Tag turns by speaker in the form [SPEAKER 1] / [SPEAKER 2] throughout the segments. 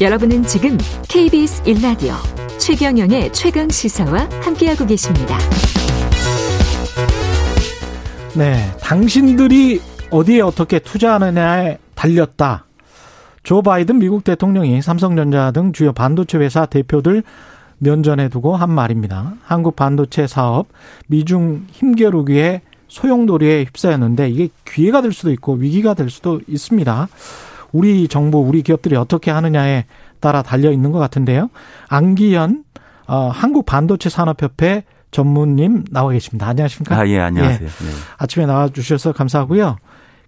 [SPEAKER 1] 여러분은 지금 KBS 1라디오 최경영의 최강 시사와 함께하고 계십니다.
[SPEAKER 2] 네, 당신들이 어디에 어떻게 투자하느냐에 달렸다. 조 바이든 미국 대통령이 삼성전자 등 주요 반도체 회사 대표들 면전에 두고 한 말입니다. 한국 반도체 사업 미중 힘겨루기에 소용돌이에 휩싸였는데 이게 기회가 될 수도 있고 위기가 될 수도 있습니다. 우리 정부, 우리 기업들이 어떻게 하느냐에 따라 달려 있는 것 같은데요. 안기현 어, 한국 반도체 산업협회 전문님 나와 계십니다. 안녕하십니까?
[SPEAKER 3] 아, 예, 안녕하세요. 예.
[SPEAKER 2] 아침에 나와 주셔서 감사하고요.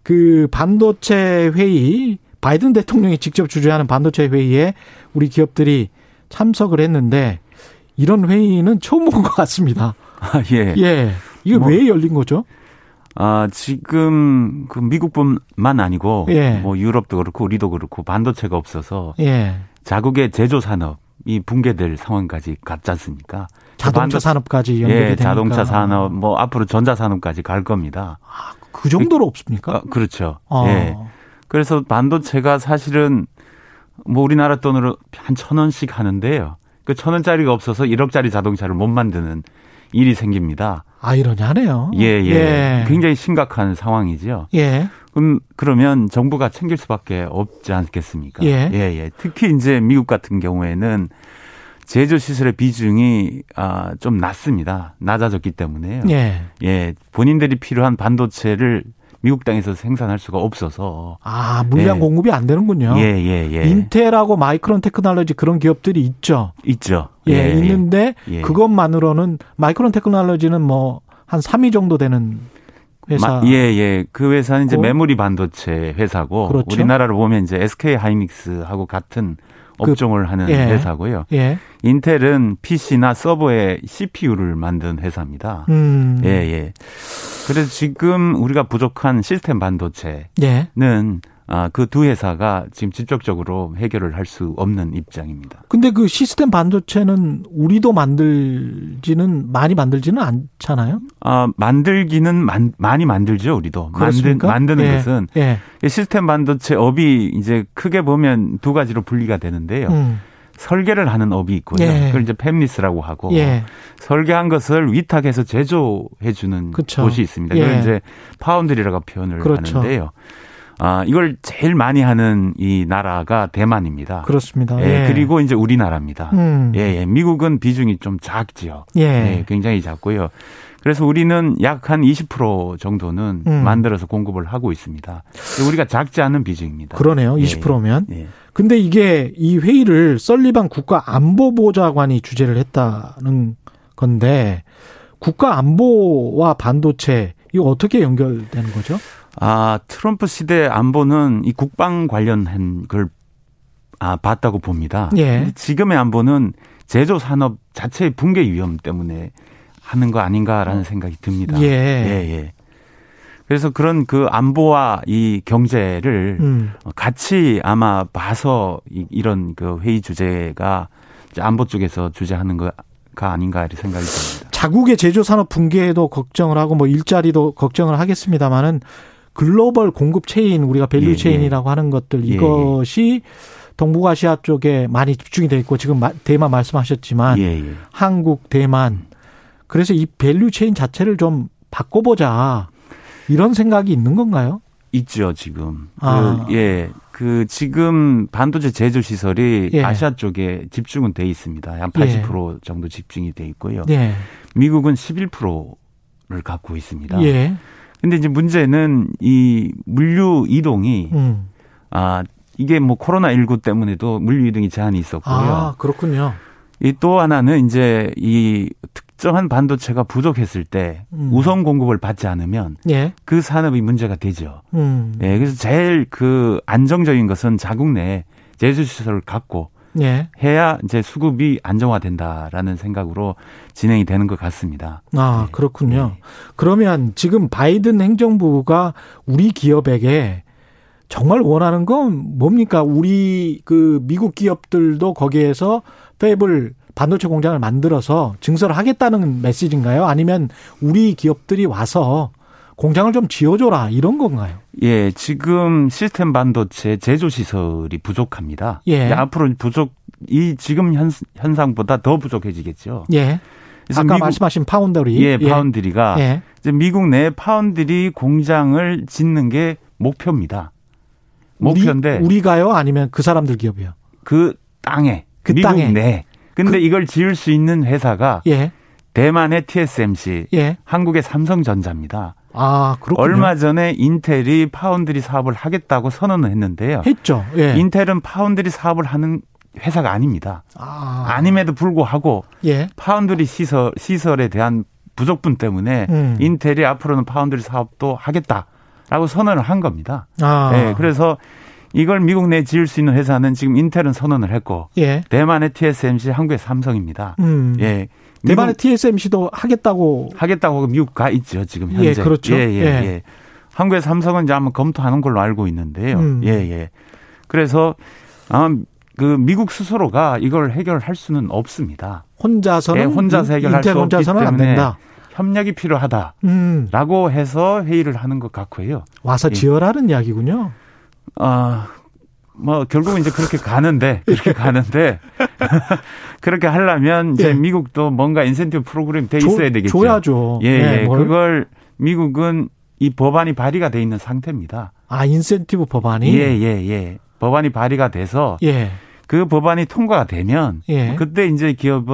[SPEAKER 2] 그 반도체 회의 바이든 대통령이 직접 주재하는 반도체 회의에 우리 기업들이 참석을 했는데 이런 회의는 처음 본 것 같습니다.
[SPEAKER 3] 아, 예.
[SPEAKER 2] 예. 이게
[SPEAKER 3] 뭐,
[SPEAKER 2] 왜 열린 거죠?
[SPEAKER 3] 아, 지금 그 미국뿐만 아니고
[SPEAKER 2] 예.
[SPEAKER 3] 뭐 유럽도 그렇고 우리도 그렇고 반도체가 없어서
[SPEAKER 2] 예.
[SPEAKER 3] 자국의 제조 산업이 붕괴될 상황까지 갔지 않습니까?
[SPEAKER 2] 자동차
[SPEAKER 3] 반도-
[SPEAKER 2] 산업까지 연결이
[SPEAKER 3] 예,
[SPEAKER 2] 되니까.
[SPEAKER 3] 자동차 산업 뭐 앞으로 전자 산업까지 갈 겁니다.
[SPEAKER 2] 아, 그 정도로 없습니까?
[SPEAKER 3] 아, 그렇죠.
[SPEAKER 2] 아,
[SPEAKER 3] 예. 그래서 반도체가 사실은 뭐 우리나라 돈으로 한 천 원씩 하는데요. 그 천 원짜리가 없어서 1억짜리 자동차를 못 만드는 일이 생깁니다.
[SPEAKER 2] 아이러니하네요.
[SPEAKER 3] 예, 예.
[SPEAKER 2] 예.
[SPEAKER 3] 굉장히 심각한 상황이지요.
[SPEAKER 2] 예.
[SPEAKER 3] 그럼 그러면 정부가 챙길 수밖에 없지 않겠습니까?
[SPEAKER 2] 예.
[SPEAKER 3] 예, 예. 특히 이제 미국 같은 경우에는 제조 시설의 비중이 아, 좀 낮습니다. 낮아졌기 때문에요.
[SPEAKER 2] 예.
[SPEAKER 3] 예, 본인들이 필요한 반도체를 미국 땅에서 생산할 수가 없어서
[SPEAKER 2] 아, 물량
[SPEAKER 3] 예.
[SPEAKER 2] 공급이 안 되는군요.
[SPEAKER 3] 예, 예, 예.
[SPEAKER 2] 인텔하고 마이크론 테크놀로지 그런 기업들이 있죠.
[SPEAKER 3] 있죠.
[SPEAKER 2] 예, 있는데
[SPEAKER 3] 예.
[SPEAKER 2] 그것만으로는 마이크론 테크놀로지는 뭐 한 3위 정도 되는 회사.
[SPEAKER 3] 마- 예, 예. 그 회사는 이제
[SPEAKER 2] 고.
[SPEAKER 3] 메모리 반도체 회사고
[SPEAKER 2] 그렇죠.
[SPEAKER 3] 우리나라로 보면 이제 SK 하이닉스하고 같은
[SPEAKER 2] 그-
[SPEAKER 3] 업종을 하는
[SPEAKER 2] 예.
[SPEAKER 3] 회사고요.
[SPEAKER 2] 예.
[SPEAKER 3] 인텔은 PC나 서버의 CPU를 만든 회사입니다.
[SPEAKER 2] 음.
[SPEAKER 3] 예, 예. 그래서 지금 우리가 부족한 시스템 반도체는
[SPEAKER 2] 예.
[SPEAKER 3] 아, 그 두 회사가 지금 직접적으로 해결을 할 수 없는 입장입니다.
[SPEAKER 2] 근데 그 시스템 반도체는 우리도 만들지는 많이 만들지는 않잖아요.
[SPEAKER 3] 아, 만들기는 만- 많이 만들죠, 우리도. 만든,
[SPEAKER 2] 그렇습니까?
[SPEAKER 3] 만드는
[SPEAKER 2] 예,
[SPEAKER 3] 것은
[SPEAKER 2] 예.
[SPEAKER 3] 이 시스템 반도체 업이 이제 크게 보면 두 가지로 분리가 되는데요.
[SPEAKER 2] 음.
[SPEAKER 3] 설계를 하는 업이 있고요.
[SPEAKER 2] 예.
[SPEAKER 3] 그걸 이제 팹리스라고 하고
[SPEAKER 2] 예.
[SPEAKER 3] 설계한 것을 위탁해서 제조해 주는
[SPEAKER 2] 그쵸.
[SPEAKER 3] 곳이 있습니다.
[SPEAKER 2] 예.
[SPEAKER 3] 그걸 이제 파운드리라고 표현을
[SPEAKER 2] 그렇죠.
[SPEAKER 3] 하는데요. 아, 이걸 제일 많이 하는 이 나라가 대만입니다.
[SPEAKER 2] 그렇습니다.
[SPEAKER 3] 예,
[SPEAKER 2] 예.
[SPEAKER 3] 그리고 이제 우리나라입니다.
[SPEAKER 2] 음.
[SPEAKER 3] 예, 예. 미국은 비중이 좀 작지요.
[SPEAKER 2] 예.
[SPEAKER 3] 예, 굉장히 작고요. 그래서 우리는 약 한 20% 정도는
[SPEAKER 2] 음.
[SPEAKER 3] 만들어서 공급을 하고 있습니다. 우리가 작지 않은 비중입니다.
[SPEAKER 2] 그러네요.
[SPEAKER 3] 예,
[SPEAKER 2] 20%면.
[SPEAKER 3] 예.
[SPEAKER 2] 근데 이게 이 회의를 썰리반 국가안보보좌관이 주재를 했다는 건데 국가안보와 반도체 이거 어떻게 연결되는 거죠?
[SPEAKER 3] 아, 트럼프 시대 안보는 이 국방 관련한 걸 아, 봤다고 봅니다.
[SPEAKER 2] 예.
[SPEAKER 3] 근데 지금의 안보는 제조 산업 자체의 붕괴 위험 때문에 하는 거 아닌가라는 생각이 듭니다.
[SPEAKER 2] 예.
[SPEAKER 3] 예, 예. 그래서 그런 그 안보와 이 경제를
[SPEAKER 2] 음.
[SPEAKER 3] 같이 아마 봐서 이- 이런 그 회의 주제가 이제 안보 쪽에서 주제하는 거가 아닌가 이렇게 생각이 듭니다.
[SPEAKER 2] 자국의 제조 산업 붕괴에도 걱정을 하고 뭐 일자리도 걱정을 하겠습니다만은 글로벌 공급 체인 우리가 밸류
[SPEAKER 3] 예, 예.
[SPEAKER 2] 체인이라고 하는 것들
[SPEAKER 3] 예, 예.
[SPEAKER 2] 이것이 동북아시아 쪽에 많이 집중이 돼 있고 지금 마- 대만 말씀하셨지만
[SPEAKER 3] 예, 예.
[SPEAKER 2] 한국, 대만. 그래서 이 밸류 체인 자체를 좀 바꿔보자. 이런 생각이 있는 건가요?
[SPEAKER 3] 있죠, 지금.
[SPEAKER 2] 아.
[SPEAKER 3] 그, 예. 그 지금 반도체 제조 시설이
[SPEAKER 2] 예.
[SPEAKER 3] 아시아 쪽에 집중은 돼 있습니다. 한 80% 정도 집중이 돼 있고요.
[SPEAKER 2] 예.
[SPEAKER 3] 미국은 11%를 갖고 있습니다.
[SPEAKER 2] 예.
[SPEAKER 3] 근데 이제 문제는 이 물류 이동이
[SPEAKER 2] 음.
[SPEAKER 3] 아 이게 뭐 코로나 19 때문에도 물류 이동이 제한이 있었고요.
[SPEAKER 2] 아, 그렇군요.
[SPEAKER 3] 이 또 하나는 이제 이 특정한 반도체가 부족했을 때
[SPEAKER 2] 음.
[SPEAKER 3] 우선 공급을 받지 않으면
[SPEAKER 2] 예.
[SPEAKER 3] 그 산업이 문제가 되죠.
[SPEAKER 2] 음.
[SPEAKER 3] 예, 그래서 제일 그 안정적인 것은 자국 내 제조 시설을 갖고
[SPEAKER 2] 예.
[SPEAKER 3] 해야 이제 수급이 안정화된다라는 생각으로 진행이 되는 것 같습니다.
[SPEAKER 2] 아,
[SPEAKER 3] 예.
[SPEAKER 2] 그렇군요.
[SPEAKER 3] 예.
[SPEAKER 2] 그러면 지금 바이든 행정부가 우리 기업에게 정말 원하는 건 뭡니까? 우리 그 미국 기업들도 거기에서 팹을 반도체 공장을 만들어서 증설을 하겠다는 메시지인가요? 아니면 우리 기업들이 와서 공장을 좀 지어줘라 이런 건가요?
[SPEAKER 3] 예, 지금 시스템 반도체 제조 시설이 부족합니다.
[SPEAKER 2] 예.
[SPEAKER 3] 이제 앞으로 부족 이 지금 현, 현상보다 더 부족해지겠죠.
[SPEAKER 2] 예.
[SPEAKER 3] 그래서
[SPEAKER 2] 아까 말씀하신 파운더리.
[SPEAKER 3] 예, 파운드리가
[SPEAKER 2] 예.
[SPEAKER 3] 이제 미국 내 파운드리 공장을 짓는 게 목표입니다. 목표인데
[SPEAKER 2] 우리, 우리가요? 아니면 그 사람들 기업이요?
[SPEAKER 3] 그 땅에
[SPEAKER 2] 그
[SPEAKER 3] 미국
[SPEAKER 2] 땅에. 그
[SPEAKER 3] 내. 근데 이걸 지을 수 있는 회사가
[SPEAKER 2] 예.
[SPEAKER 3] 대만의 TSMC,
[SPEAKER 2] 예.
[SPEAKER 3] 한국의 삼성전자입니다.
[SPEAKER 2] 아, 그렇군요.
[SPEAKER 3] 얼마 전에 인텔이 파운드리 사업을 하겠다고 선언을 했는데요.
[SPEAKER 2] 했죠. 예.
[SPEAKER 3] 인텔은 파운드리 사업을 하는 회사가 아닙니다.
[SPEAKER 2] 아,
[SPEAKER 3] 아님에도 불구하고
[SPEAKER 2] 예.
[SPEAKER 3] 파운드리 시설 시설에 대한 부족분 때문에
[SPEAKER 2] 음.
[SPEAKER 3] 인텔이 앞으로는 파운드리 사업도 하겠다라고 선언을 한 겁니다.
[SPEAKER 2] 아.
[SPEAKER 3] 예, 그래서 이걸 미국 내 지을 수 있는 회사는 지금 인텔은 선언을 했고
[SPEAKER 2] 예.
[SPEAKER 3] 대만의 TSMC, 한국의 삼성입니다.
[SPEAKER 2] 음.
[SPEAKER 3] 예, 미국
[SPEAKER 2] 대만의 TSMC도 하겠다고
[SPEAKER 3] 하겠다고 하고 미국 가 있죠 지금
[SPEAKER 2] 예,
[SPEAKER 3] 현재.
[SPEAKER 2] 그렇죠.
[SPEAKER 3] 예, 예,
[SPEAKER 2] 예.
[SPEAKER 3] 예. 한국의 삼성은 이제 한번 검토하는 걸로 알고 있는데요.
[SPEAKER 2] 음.
[SPEAKER 3] 예, 예. 그래서 아마 그 미국 스스로가 이걸 해결할 수는 없습니다.
[SPEAKER 2] 혼자서는
[SPEAKER 3] 예, 혼자서 해결할
[SPEAKER 2] 인텔
[SPEAKER 3] 수 없기
[SPEAKER 2] 혼자서는 안
[SPEAKER 3] 때문에.
[SPEAKER 2] 된다.
[SPEAKER 3] 협력이 필요하다.
[SPEAKER 2] 음.
[SPEAKER 3] 라고 해서 회의를 하는 것 같고요.
[SPEAKER 2] 와서
[SPEAKER 3] 예.
[SPEAKER 2] 지어라는 이야기군요.
[SPEAKER 3] 아, 뭐 결국은 이제 그렇게 가는데 그렇게 가는데 그렇게 하려면 이제
[SPEAKER 2] 예.
[SPEAKER 3] 미국도 뭔가 인센티브 프로그램 이돼
[SPEAKER 2] 줘-
[SPEAKER 3] 예, 있어야 되겠죠.
[SPEAKER 2] 줘야죠. 네,
[SPEAKER 3] 예, 예.
[SPEAKER 2] 뭘.
[SPEAKER 3] 그걸 미국은 이 법안이 발의가 돼 있는 상태입니다.
[SPEAKER 2] 아, 인센티브 법안이.
[SPEAKER 3] 예, 예, 예. 법안이 발의가 돼서
[SPEAKER 2] 예.
[SPEAKER 3] 그 법안이 통과가 되면
[SPEAKER 2] 예.
[SPEAKER 3] 그때 이제 기업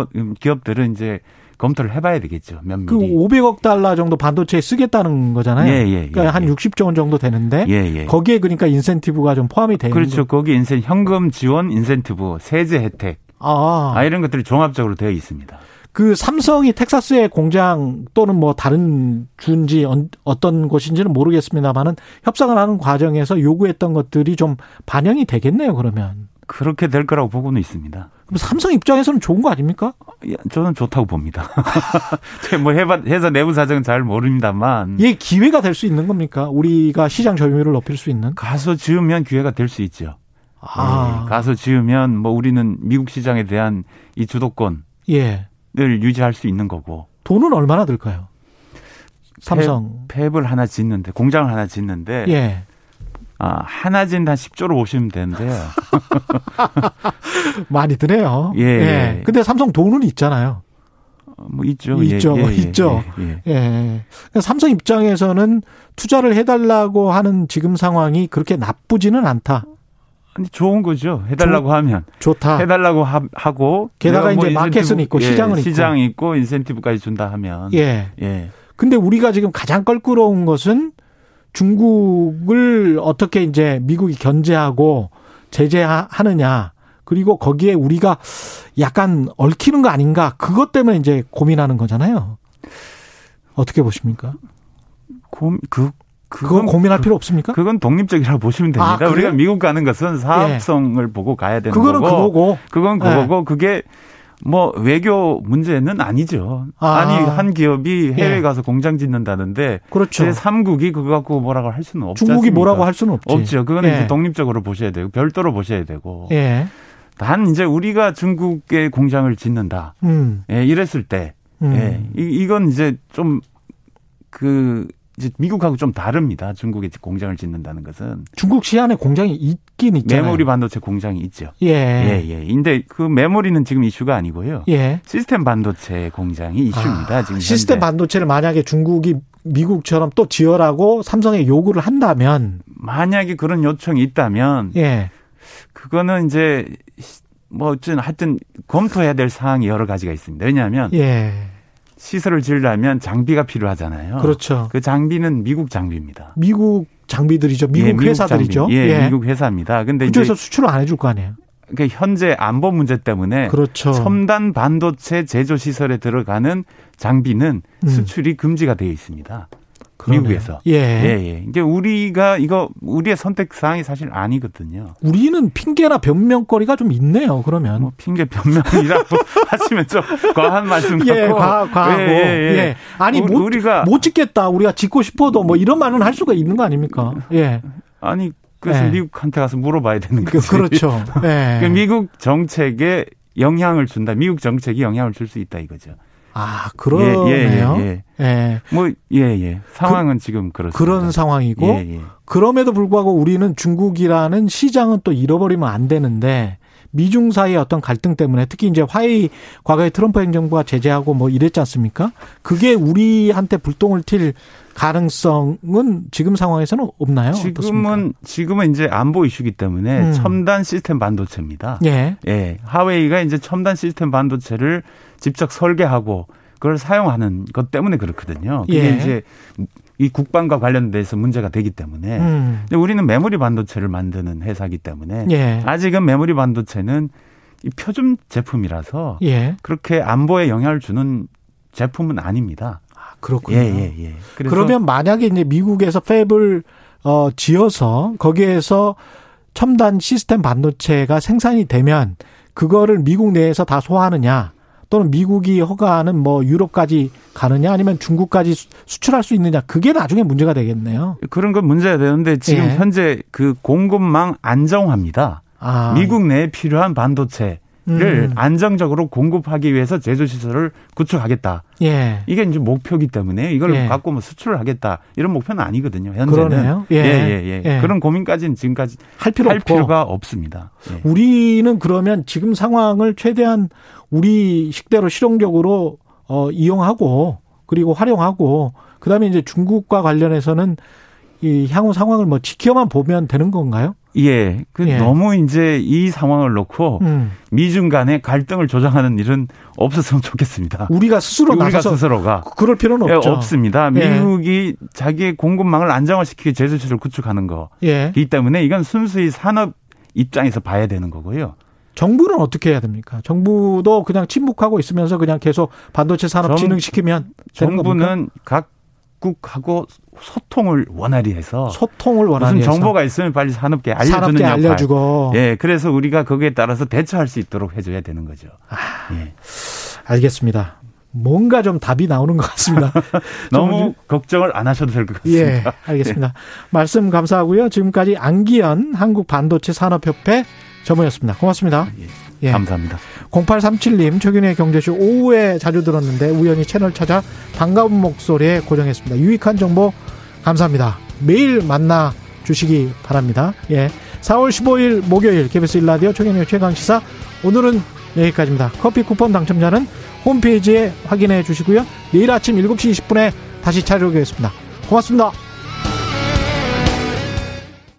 [SPEAKER 3] 기업들은 이제 검토를 해봐야 되겠죠.
[SPEAKER 2] 그
[SPEAKER 3] 면밀히.
[SPEAKER 2] 500억 달러 정도 반도체에 쓰겠다는 거잖아요.
[SPEAKER 3] 예, 예, 예,
[SPEAKER 2] 그러니까 한
[SPEAKER 3] 예.
[SPEAKER 2] 60조 원 정도 되는데
[SPEAKER 3] 예, 예.
[SPEAKER 2] 거기에 그러니까 인센티브가 좀 포함이 되는
[SPEAKER 3] 그렇죠.
[SPEAKER 2] 거-
[SPEAKER 3] 거기 인센 현금 지원 인센티브, 세제 혜택
[SPEAKER 2] 아,
[SPEAKER 3] 아 이런 것들이 종합적으로 되어 있습니다.
[SPEAKER 2] 그 삼성이 텍사스의 공장 또는 뭐 다른 주인지 언- 어떤 곳인지는 모르겠습니다만은 협상을 하는 과정에서 요구했던 것들이 좀 반영이 되겠네요. 그러면
[SPEAKER 3] 그렇게 될 거라고 보고는 있습니다.
[SPEAKER 2] 그럼 삼성 입장에서는 좋은 거 아닙니까?
[SPEAKER 3] 예, 저는 좋다고 봅니다. 제가 뭐 해봐, 회사 내부 사정은 잘 모릅니다만
[SPEAKER 2] 이게 기회가 될 수 있는 겁니까? 우리가 시장 점유율을 높일 수 있는?
[SPEAKER 3] 가서 지으면 기회가 될 수 있죠.
[SPEAKER 2] 아,
[SPEAKER 3] 예, 가서 지으면 뭐 우리는 미국 시장에 대한 이 주도권을
[SPEAKER 2] 예.
[SPEAKER 3] 유지할 수 있는 거고
[SPEAKER 2] 돈은 얼마나 들까요? 삼성.
[SPEAKER 3] 팹을 하나 짓는데 공장을 하나 짓는데
[SPEAKER 2] 예.
[SPEAKER 3] 아, 하나 짓는데 한 10조로 보시면 되는데요.
[SPEAKER 2] 많이 드네요.
[SPEAKER 3] 예, 예.
[SPEAKER 2] 근데 삼성 돈은 있잖아요.
[SPEAKER 3] 어, 뭐 있죠.
[SPEAKER 2] 있죠,
[SPEAKER 3] 예, 예, 예,
[SPEAKER 2] 있죠.
[SPEAKER 3] 예, 예.
[SPEAKER 2] 예. 그러니까 삼성 입장에서는 투자를 해달라고 하는 지금 상황이 그렇게 나쁘지는 않다.
[SPEAKER 3] 아니 좋은 거죠. 해달라고 하면
[SPEAKER 2] 좋다.
[SPEAKER 3] 해달라고 하, 고
[SPEAKER 2] 아.
[SPEAKER 3] 뭐
[SPEAKER 2] 게다가 이제 마켓은 있고 시장은 있고.
[SPEAKER 3] 예, 시장 있고 인센티브까지 준다 하면
[SPEAKER 2] 예.
[SPEAKER 3] 예.
[SPEAKER 2] 근데 우리가 지금 가장 껄끄러운 것은 중국을 어떻게 이제 미국이 견제하고 제재하느냐. 그리고 거기에 우리가 약간 얽히는 거 아닌가. 그것 때문에 이제 고민하는 거잖아요. 어떻게 보십니까?
[SPEAKER 3] 고, 그
[SPEAKER 2] 그건
[SPEAKER 3] 그건
[SPEAKER 2] 고민할 필요 없습니까?
[SPEAKER 3] 그건 독립적이라고 보시면
[SPEAKER 2] 아,
[SPEAKER 3] 됩니다.
[SPEAKER 2] 그래요? 예.
[SPEAKER 3] 우리가 미국 가는 것은 사업성을 보고 가야 되는
[SPEAKER 2] 그거는
[SPEAKER 3] 거고
[SPEAKER 2] 그거고.
[SPEAKER 3] 그건 그거고 그게 뭐 외교 문제는 아니죠.
[SPEAKER 2] 아.
[SPEAKER 3] 아. 니한 기업이 해외
[SPEAKER 2] 예.
[SPEAKER 3] 가서 공장 짓는다는데
[SPEAKER 2] 그렇죠.
[SPEAKER 3] 제 3국이 그거 갖고 뭐라고 할 수는 없죠.
[SPEAKER 2] 중국이 뭐라고 할 수는 없지.
[SPEAKER 3] 없죠. 그거는
[SPEAKER 2] 예.
[SPEAKER 3] 이제 독립적으로 보셔야 되고 별도로 보셔야 되고
[SPEAKER 2] 예.
[SPEAKER 3] 단 이제 우리가 중국에 공장을 짓는다.
[SPEAKER 2] 음.
[SPEAKER 3] 예, 이랬을 때
[SPEAKER 2] 음.
[SPEAKER 3] 예, 이, 이건 이제 좀 그 이제 미국하고 좀 다릅니다. 중국에 공장을 짓는다는 것은
[SPEAKER 2] 중국 시안에 공장이 있긴 있잖아요.
[SPEAKER 3] 메모리 반도체 공장이 있죠.
[SPEAKER 2] 예.
[SPEAKER 3] 예, 예. 근데 그 메모리는 지금 이슈가 아니고요.
[SPEAKER 2] 예.
[SPEAKER 3] 시스템 반도체 공장이 이슈입니다.
[SPEAKER 2] 아,
[SPEAKER 3] 지금
[SPEAKER 2] 시스템
[SPEAKER 3] 현재.
[SPEAKER 2] 반도체를 만약에 중국이 미국처럼 또 지어라고 삼성에 요구를 한다면
[SPEAKER 3] 만약에 그런 요청이 있다면
[SPEAKER 2] 예.
[SPEAKER 3] 그거는 이제 시- 뭐 어쨌든 하여튼 검토해야 될 사항이 여러 가지가 있습니다. 왜냐하면
[SPEAKER 2] 예.
[SPEAKER 3] 시설을 지으려면 장비가 필요하잖아요.
[SPEAKER 2] 그렇죠.
[SPEAKER 3] 그 장비는 미국 장비입니다.
[SPEAKER 2] 미국 장비들이죠. 미국,
[SPEAKER 3] 예,
[SPEAKER 2] 회사들이죠.
[SPEAKER 3] 장비. 예, 미국 회사입니다. 근데 이제
[SPEAKER 2] 그쪽에서 수출을 안 해줄 거 아니에요.
[SPEAKER 3] 그 현재 안보 문제 때문에
[SPEAKER 2] 그렇죠.
[SPEAKER 3] 첨단 반도체 제조 시설에 들어가는 장비는
[SPEAKER 2] 음.
[SPEAKER 3] 수출이 금지가 되어 있습니다.
[SPEAKER 2] 그러네요.
[SPEAKER 3] 미국에서.
[SPEAKER 2] 예.
[SPEAKER 3] 예, 예. 이제 우리가 이거 우리의 선택 사항이 사실 아니거든요.
[SPEAKER 2] 우리는 핑계나 변명거리가 좀 있네요. 그러면
[SPEAKER 3] 뭐 핑계 변명이라고 하시면 좀 과한 말씀 같고.
[SPEAKER 2] 예, 과, 과하고.
[SPEAKER 3] 예,
[SPEAKER 2] 예,
[SPEAKER 3] 예, 예.
[SPEAKER 2] 아니,
[SPEAKER 3] 우-
[SPEAKER 2] 못,
[SPEAKER 3] 우리가-
[SPEAKER 2] 못 짓겠다. 우리가 짓고 싶어도 뭐 이런 말은 할 수가 있는 거 아닙니까? 예.
[SPEAKER 3] 아니 그래서
[SPEAKER 2] 예.
[SPEAKER 3] 미국한테 가서 물어봐야 되는
[SPEAKER 2] 그,
[SPEAKER 3] 거지. 그러니까
[SPEAKER 2] 그렇죠. 예.
[SPEAKER 3] 그 미국 정책에 영향을 준다. 미국 정책이 영향을 줄 수 있다 이거죠.
[SPEAKER 2] 아, 그러네요.
[SPEAKER 3] 예, 예,
[SPEAKER 2] 예.
[SPEAKER 3] 뭐, 예, 예. 상황은 지금 그렇습니다.
[SPEAKER 2] 그런 상황이고
[SPEAKER 3] 예, 예.
[SPEAKER 2] 그럼에도 불구하고 우리는 중국이라는 시장은 또 잃어버리면 안 되는데 미중 사이의 어떤 갈등 때문에 특히 이제 화이 과거에 트럼프 행정부가 제재하고 뭐 이랬지 않습니까? 그게 우리한테 불똥을 튈 가능성은 지금 상황에서는 없나요? 어떻습니까?
[SPEAKER 3] 지금은, 지금은 이제 안보 이슈기 때문에
[SPEAKER 2] 음.
[SPEAKER 3] 첨단 시스템 반도체입니다.
[SPEAKER 2] 예.
[SPEAKER 3] 예, 하웨이가 이제 첨단 시스템 반도체를 직접 설계하고 그걸 사용하는 것 때문에 그렇거든요. 그게
[SPEAKER 2] 예.
[SPEAKER 3] 이제 이 국방과 관련돼서 문제가 되기 때문에
[SPEAKER 2] 음.
[SPEAKER 3] 근데 우리는 메모리 반도체를 만드는 회사이기 때문에
[SPEAKER 2] 예.
[SPEAKER 3] 아직은 메모리 반도체는 이 표준 제품이라서
[SPEAKER 2] 예.
[SPEAKER 3] 그렇게 안보에 영향을 주는 제품은 아닙니다.
[SPEAKER 2] 아, 그렇군요.
[SPEAKER 3] 예예예. 그래서
[SPEAKER 2] 그러면 만약에 이제 미국에서 팹을 어 지어서 거기에서 첨단 시스템 반도체가 생산이 되면 그거를 미국 내에서 다 소화하느냐 또는 미국이 허가하는 뭐 유럽까지 가느냐 아니면 중국까지 수- 수출할 수 있느냐 그게 나중에 문제가 되겠네요.
[SPEAKER 3] 그런 건 문제가 되는데 지금
[SPEAKER 2] 예.
[SPEAKER 3] 현재 그 공급망 안정화입니다.
[SPEAKER 2] 아,
[SPEAKER 3] 미국 내에 필요한 반도체를
[SPEAKER 2] 음.
[SPEAKER 3] 안정적으로 공급하기 위해서 제조 시설을 구축하겠다.
[SPEAKER 2] 예.
[SPEAKER 3] 이게 이제 목표기 때문에 이걸
[SPEAKER 2] 예.
[SPEAKER 3] 갖고 뭐 수출을 하겠다 이런 목표는 아니거든요. 현재는
[SPEAKER 2] 그러네요. 예.
[SPEAKER 3] 예, 예, 예.
[SPEAKER 2] 예.
[SPEAKER 3] 그런 고민까지는 지금까지
[SPEAKER 2] 할 필요
[SPEAKER 3] 할
[SPEAKER 2] 없고
[SPEAKER 3] 필요가 없습니다. 예.
[SPEAKER 2] 우리는 그러면 지금 상황을 최대한 우리 식대로 실용적으로 어 이용하고 그리고 활용하고 그다음에 이제 중국과 관련해서는 이 향후 상황을 뭐 지켜만 보면 되는 건가요?
[SPEAKER 3] 예. 그
[SPEAKER 2] 예.
[SPEAKER 3] 너무 이제 이 상황을 놓고
[SPEAKER 2] 음.
[SPEAKER 3] 미중 간의 갈등을 조장하는 일은 없었으면 좋겠습니다.
[SPEAKER 2] 음. 우리가 스스로
[SPEAKER 3] 우리가
[SPEAKER 2] 나서서
[SPEAKER 3] 스스로가
[SPEAKER 2] 그럴 필요는
[SPEAKER 3] 예,
[SPEAKER 2] 없죠.
[SPEAKER 3] 없습니다.
[SPEAKER 2] 예.
[SPEAKER 3] 미국이 자기의 공급망을 안정화시키기 제조 시설을 구축하는 거기
[SPEAKER 2] 예.
[SPEAKER 3] 때문에 이건 순수히 산업 입장에서 봐야 되는 거고요.
[SPEAKER 2] 정부는 어떻게 해야 됩니까? 정부도 그냥 침묵하고 있으면서 그냥 계속 반도체 산업
[SPEAKER 3] 정-
[SPEAKER 2] 진흥시키면 되는 겁니까?
[SPEAKER 3] 정부는 각국하고 소통을 원활히 해서
[SPEAKER 2] 소통을 원하는
[SPEAKER 3] 무슨 정보가 있으면 빨리 산업계 알려주는
[SPEAKER 2] 산업계
[SPEAKER 3] 역할.
[SPEAKER 2] 알려주고
[SPEAKER 3] 예, 그래서 우리가 거기에 따라서 대처할 수 있도록 해줘야 되는 거죠. 예.
[SPEAKER 2] 알겠습니다. 뭔가 좀 답이 나오는 것 같습니다.
[SPEAKER 3] 너무 걱정을 안 하셔도 될 것 같습니다.
[SPEAKER 2] 예,
[SPEAKER 3] 네.
[SPEAKER 2] 알겠습니다. 말씀 감사하고요. 지금까지 안기현 한국 반도체 산업협회 전무였습니다. 고맙습니다. 예.
[SPEAKER 3] 감사합니다.
[SPEAKER 2] 0837님 최근의 경제쇼 오후에 자주 들었는데 우연히 채널 찾아 반가운 목소리에 고정했습니다. 유익한 정보 감사합니다. 매일 만나 주시기 바랍니다. 예. 4월 15일 목요일 KBS 일라디오 최경영 최강 시사 오늘은 여기까지입니다. 커피 쿠폰 당첨자는 홈페이지에 확인해 주시고요. 내일 아침 7시 20분에 다시 찾아오겠습니다. 고맙습니다.